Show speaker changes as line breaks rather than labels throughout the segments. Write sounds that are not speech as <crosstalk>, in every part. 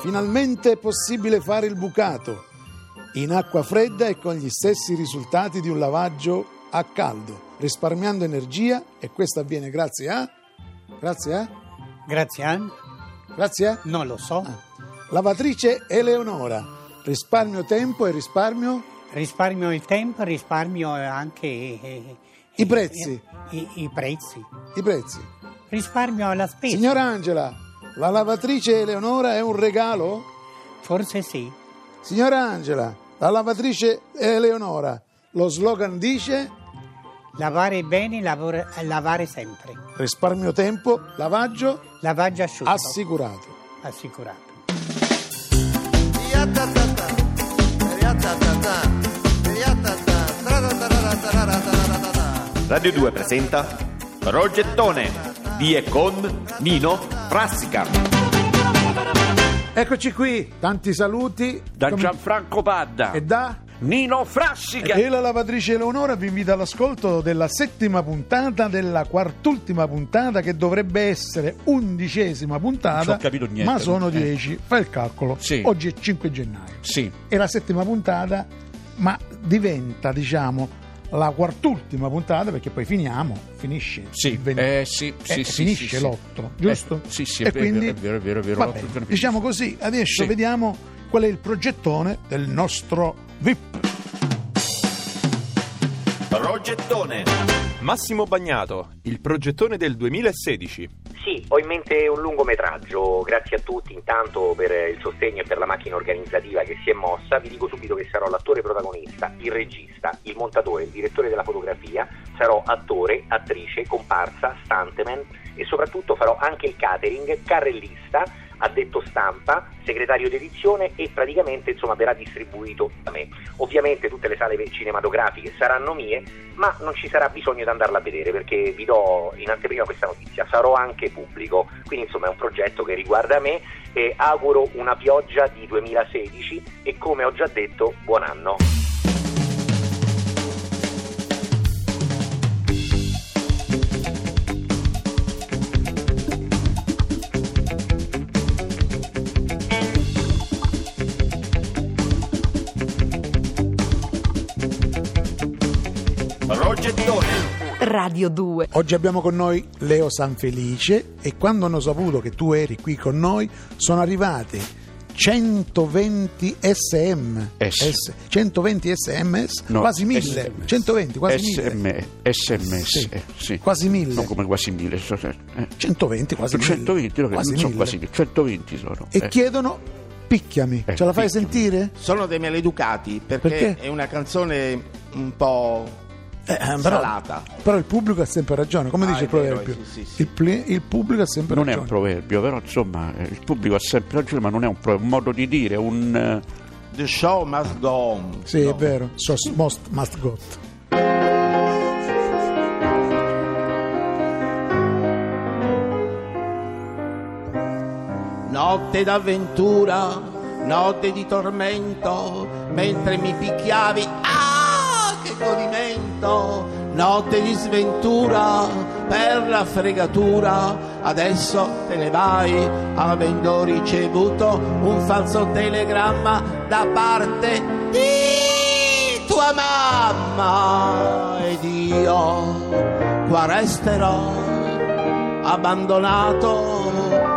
Finalmente è possibile fare il bucato in acqua fredda e con gli stessi risultati di un lavaggio a caldo, risparmiando energia e questo avviene grazie a grazie a
Grazie, Ann.
grazie a
Non lo so.
Ah. lavatrice Eleonora. Risparmio tempo e risparmio
Risparmio il tempo, risparmio anche eh,
I prezzi.
i- i prezzi.
i prezzi.
Risparmio alla spesa.
Signora Angela, la lavatrice Eleonora è un regalo?
Forse sì.
Signora Angela, la lavatrice Eleonora, lo slogan dice
Lavare bene, lavora- lavare sempre.
risparmio tempo, lavaggio
Lavaggio asciutto.
Ah, assicurato.
assicurato.
Radio 2 presenta Progettone di e con Nino Frassica
Eccoci qui, tanti saluti
da
Com-
Gianfranco Padda
e da
Nino Frassica
E la lavatrice Eleonora vi invita all'ascolto della settima puntata, della quart'ultima puntata, che dovrebbe essere undicesima puntata.
Non ci ho capito niente.
Ma sono
Eh.
dieci. Fai il calcolo.
Sì.
Oggi è 5 gennaio.
sì
È la settima puntata, ma diventa, diciamo, la quart'ultima puntata, perché poi finiamo. Finisce.
Sì,
il venti-
eh, sì, sì,
eh,
sì,
finisce
sì, sì.
l'otto, giusto?
Eh, sì, sì, è
e
vero,
quindi,
è vero, è vero, è vero,
va
l'otto
bene.
giorni finisce.
Diciamo così, adesso
Sì.
vediamo qual è il progettone del nostro VIP.
Progettone
Massimo Bagnato, il progettone del 2016.
Sì, ho in mente un lungometraggio, grazie a tutti intanto per il sostegno e per la macchina organizzativa che si è mossa, vi dico subito che sarò l'attore protagonista, il regista, il montatore, il direttore della fotografia, sarò attore, attrice, comparsa, stuntman e soprattutto farò anche il catering, carrellista, addetto stampa, segretario d'edizione e praticamente insomma verrà distribuito da me. Ovviamente tutte le sale cinematografiche saranno mie, ma non ci sarà bisogno di andarla a vedere perché vi do in anteprima questa notizia, sarò anche pubblico, quindi insomma è un progetto che riguarda me e auguro una pioggia di 2016 e come ho già detto buon anno.
Progettone
Radio 2.
Oggi abbiamo con noi Leo Sanfelice e quando hanno saputo che tu eri qui con noi sono arrivate 120 SM,
S.
S- 120 SMS,
No,
quasi 1000,
SMS.
120, quasi 1000.
SM, SMS
Sì,
eh, sì.
quasi 1000.
non come quasi 1000 so- eh.
120, quasi 1000.
120 no, che
Quasi
non sono
1000.
quasi 1000 120 sono
E
eh.
chiedono picchiami.
Eh,
Ce la fai
picchiami.
sentire?
Sono dei maleducati perché,
Perché?
è una canzone un po'
Eh, però-
salata.
Però il pubblico ha sempre ragione, come
Ah,
dice
è
il
vero,
proverbio.
sì, sì, sì.
Il, pli- il pubblico ha sempre
non è
ragione.
un proverbio però insomma eh, il pubblico ha sempre ragione ma non è un, pro- è un modo di dire un eh,
The show must go on.
Sì,
No.
è vero. So, most must got.
Notte d'avventura, notte di tormento, mentre mi picchiavi, ah che godimento! Notte di sventura, per la fregatura, adesso te ne vai, avendo ricevuto un falso telegramma da parte di tua mamma ed io qua resterò abbandonato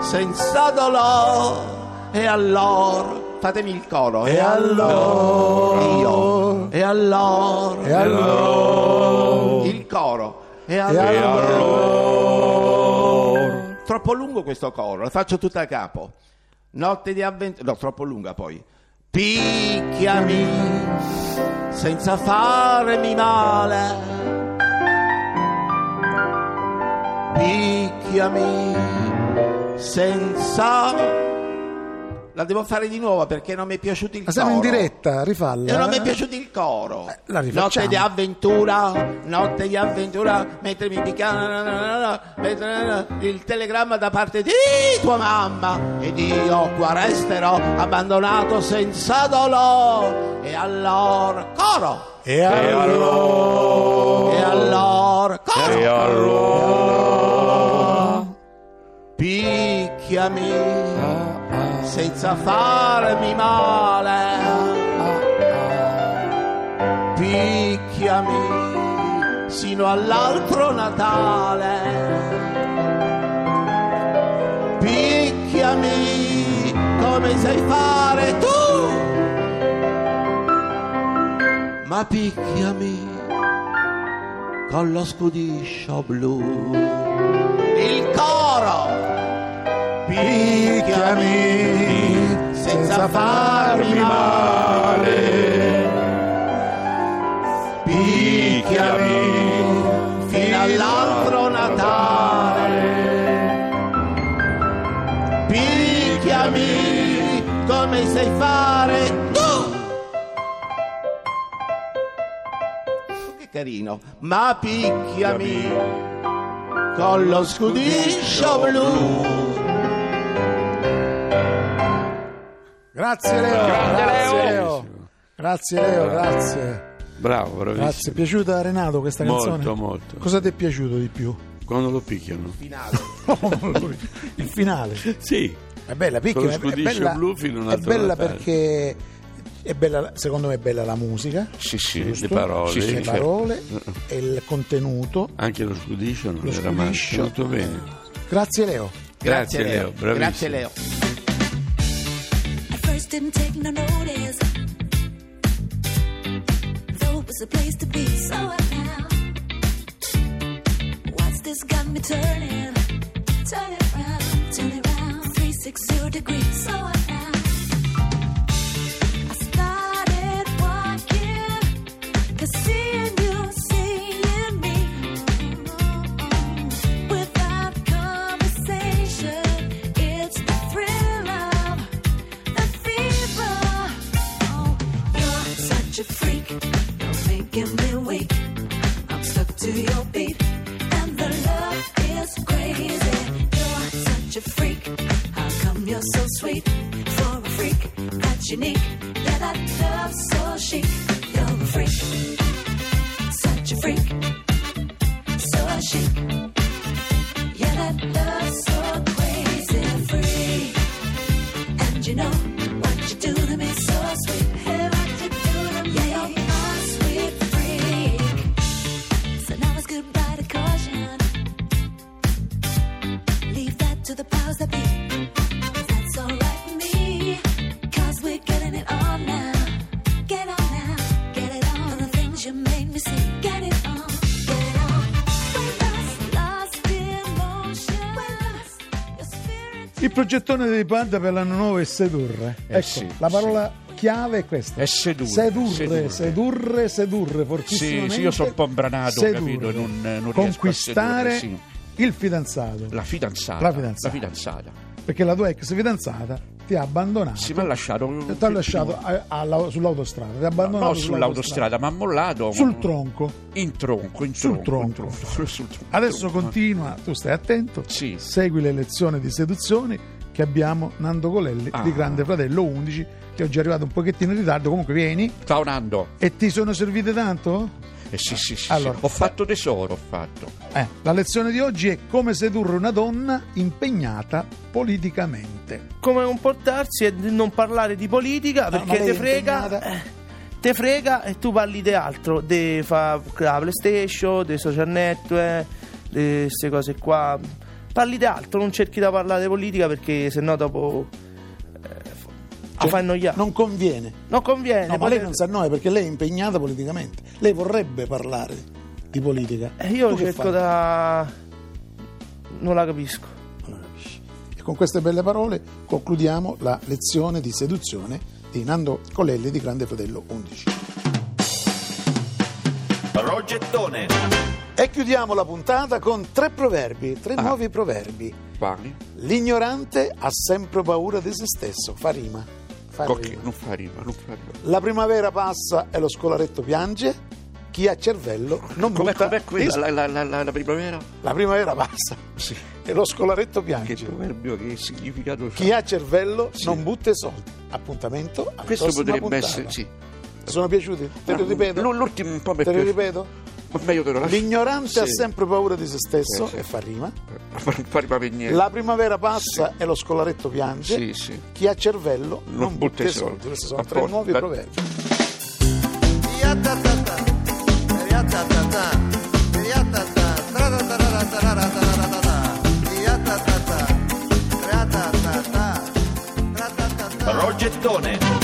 senza dolore e allora fatemi il coro e allora io e allora
E allora?
il coro e
E
allora
allora
troppo lungo questo coro lo faccio tutto a capo notte di avventura no troppo lunga poi picchiami senza farmi male picchiami senza la devo fare di nuovo perché non mi è piaciuto il
Ma siamo in
coro.
diretta, rifalla.
E non mi è piaciuto il coro.
Eh, la rifacciamo.
notte di avventura, notte di avventura, mentre mi picchiano mentre- il telegramma da parte di tua mamma. Ed io qua resterò abbandonato senza dolore. E allora, coro!
E allora?
E allora, coro!
allora
Picchiami Toccami senza farmi male. Picchiami sino all'altro Natale. Picchiami come sai fare tu. Ma picchiami con lo scudiscio blu. Il coro picchiami senza farmi male. Picchiami fino all'altro Natale. Picchiami come sai fare tu. Che carino, ma picchiami con lo scudiscio blu.
Grazie Leo. grazie Leo. Grazie Leo, grazie.
Bravo, bravissimo.
Grazie. Piaciuta a Renato questa
Molto,
canzone?
molto.
Cosa ti è piaciuto di
<laughs>
più?
Quando lo picchiano?
Il finale.
Sì.
È bella, piccola,
Con lo
è, è
scudiscio
bella,
blu fino
è
all'altro
bella
Natale.
perché è bella, secondo me è bella la musica,
Sì, sì,
giusto?
le parole.
Sì, sì, le
certo. <laughs>
parole e il contenuto.
Anche lo scudiscio non
Lo
era mai
scudiscio.
tutto bene.
Grazie Leo.
Grazie, Leo, bravissimo.
Grazie Leo.
At first didn't take no notice. Though it was a place to be, so I now. What's this got me turning? Turn it round, turn it round. 360 degrees, so I now. I started walking, 'cause seeing you, seeing me. Without conversation, it's the thrill of the fever. Oh, you're such a freak. You're making me weak. I'm stuck to your beat, and the love is crazy. You're such a freak. How come you're so sweet? For a freak that's unique, yeah, that love so chic. You're a freak, such a freak, so chic. Yeah, that love so crazy free. And you know what you do to me so sweet. Hey, what you do to me. Yeah, you're my sweet freak. So now it's goodbye to caution. Leave that to the powers that be. That's alright with me. Cause we're getting it on now. Get on now. Get it on. All the things you made me see. Get it on. Get it on. We're lost, lost in motion. We're lost. Your spirit.
Il progettone dei Panda per l'anno nuovo è sedurre. ecco,
sì,
la parola chiave è questa.
Eh È sedurre,
Sedurre, sedurre,
sedurre.
sedurre, fortissimamente.
sì, io sono un po' imbranato,
Sedurre.
capito, non- non riesco a
Conquistare
sedurre,
il fidanzato.
La fidanzata.
La fidanzata.
fidanzata.
Perché la tua ex fidanzata ti ha abbandonato.
Si mi ha lasciato. un-
Ti ha lasciato a- alla- sull'autostrada, ti ha abbandonato
No, sull'autostrada, ma ha mollato.
Sul tronco.
In tronco, in
Sul
tronco. in
tronco.
tronco, sul tronco.
Adesso continua, tu stai attento,
Sì.
segui le lezioni di seduzioni che abbiamo Nando Colelli
Ah.
di Grande Fratello 11, che oggi è arrivato un pochettino in ritardo, comunque vieni.
Ciao Nando.
E ti sono servite tanto?
Eh, sì, sì, sì, sì.
Allora.
Ho fatto tesoro, ho fatto.
Eh, la lezione di oggi è come sedurre una donna impegnata politicamente.
come comportarsi e di non parlare di politica
No, ma
perché
lei
te
è
frega.
impegnata.
eh, Te frega e tu parli di altro, di fa la PlayStation, dei social network, di queste cose qua. Parli di altro, non cerchi di parlare di politica perché sennò dopo eh, fa- ti fai annoiare. Non,
Non conviene.
conviene. Eh,
No, ma lei
poter-
non sa noi perché lei è impegnata politicamente. Lei vorrebbe parlare di politica.
Eh, Io
Tu che
cerco
fai?
da. Non la capisco.
Non lo capisci. E con queste belle parole concludiamo la lezione di seduzione di Nando Colelli di Grande Fratello 11.
Progettone.
E chiudiamo la puntata con tre proverbi, tre nuovi proverbi.
Quali?
L'ignorante ha sempre paura di se stesso, fa rima. Fa
Cocchi-
rima.
Non fa rima, non fa rima.
La primavera passa e lo scolaretto piange, chi ha cervello non
Com'è,
butta...
com'è quella? La, la, la, la, la primavera?
La primavera passa
Sì.
e lo scolaretto
Che
piange,
proverbio, che significato fa?
chi ha cervello non butta i soldi. Appuntamento alla
Questo
prossima
potrebbe
puntata.
essere, sì.
Sono piaciuti? Te lo ripeto?
L'ultimo un po' mi è
Te lo
piaciuto.
ripeto?
Ma meglio te lo lascio.
L'ignorante
Sì.
ha
<laughs>
sempre paura di se stesso
Sì, sì.
e fa rima.
Non parla per niente.
La primavera passa e lo scolaretto piange.
Sì, sì.
Chi ha cervello non, butta i soldi.
soldi.
Questi sono
A
tre
posto.
nuovi
La-
proverbi.
Progettone.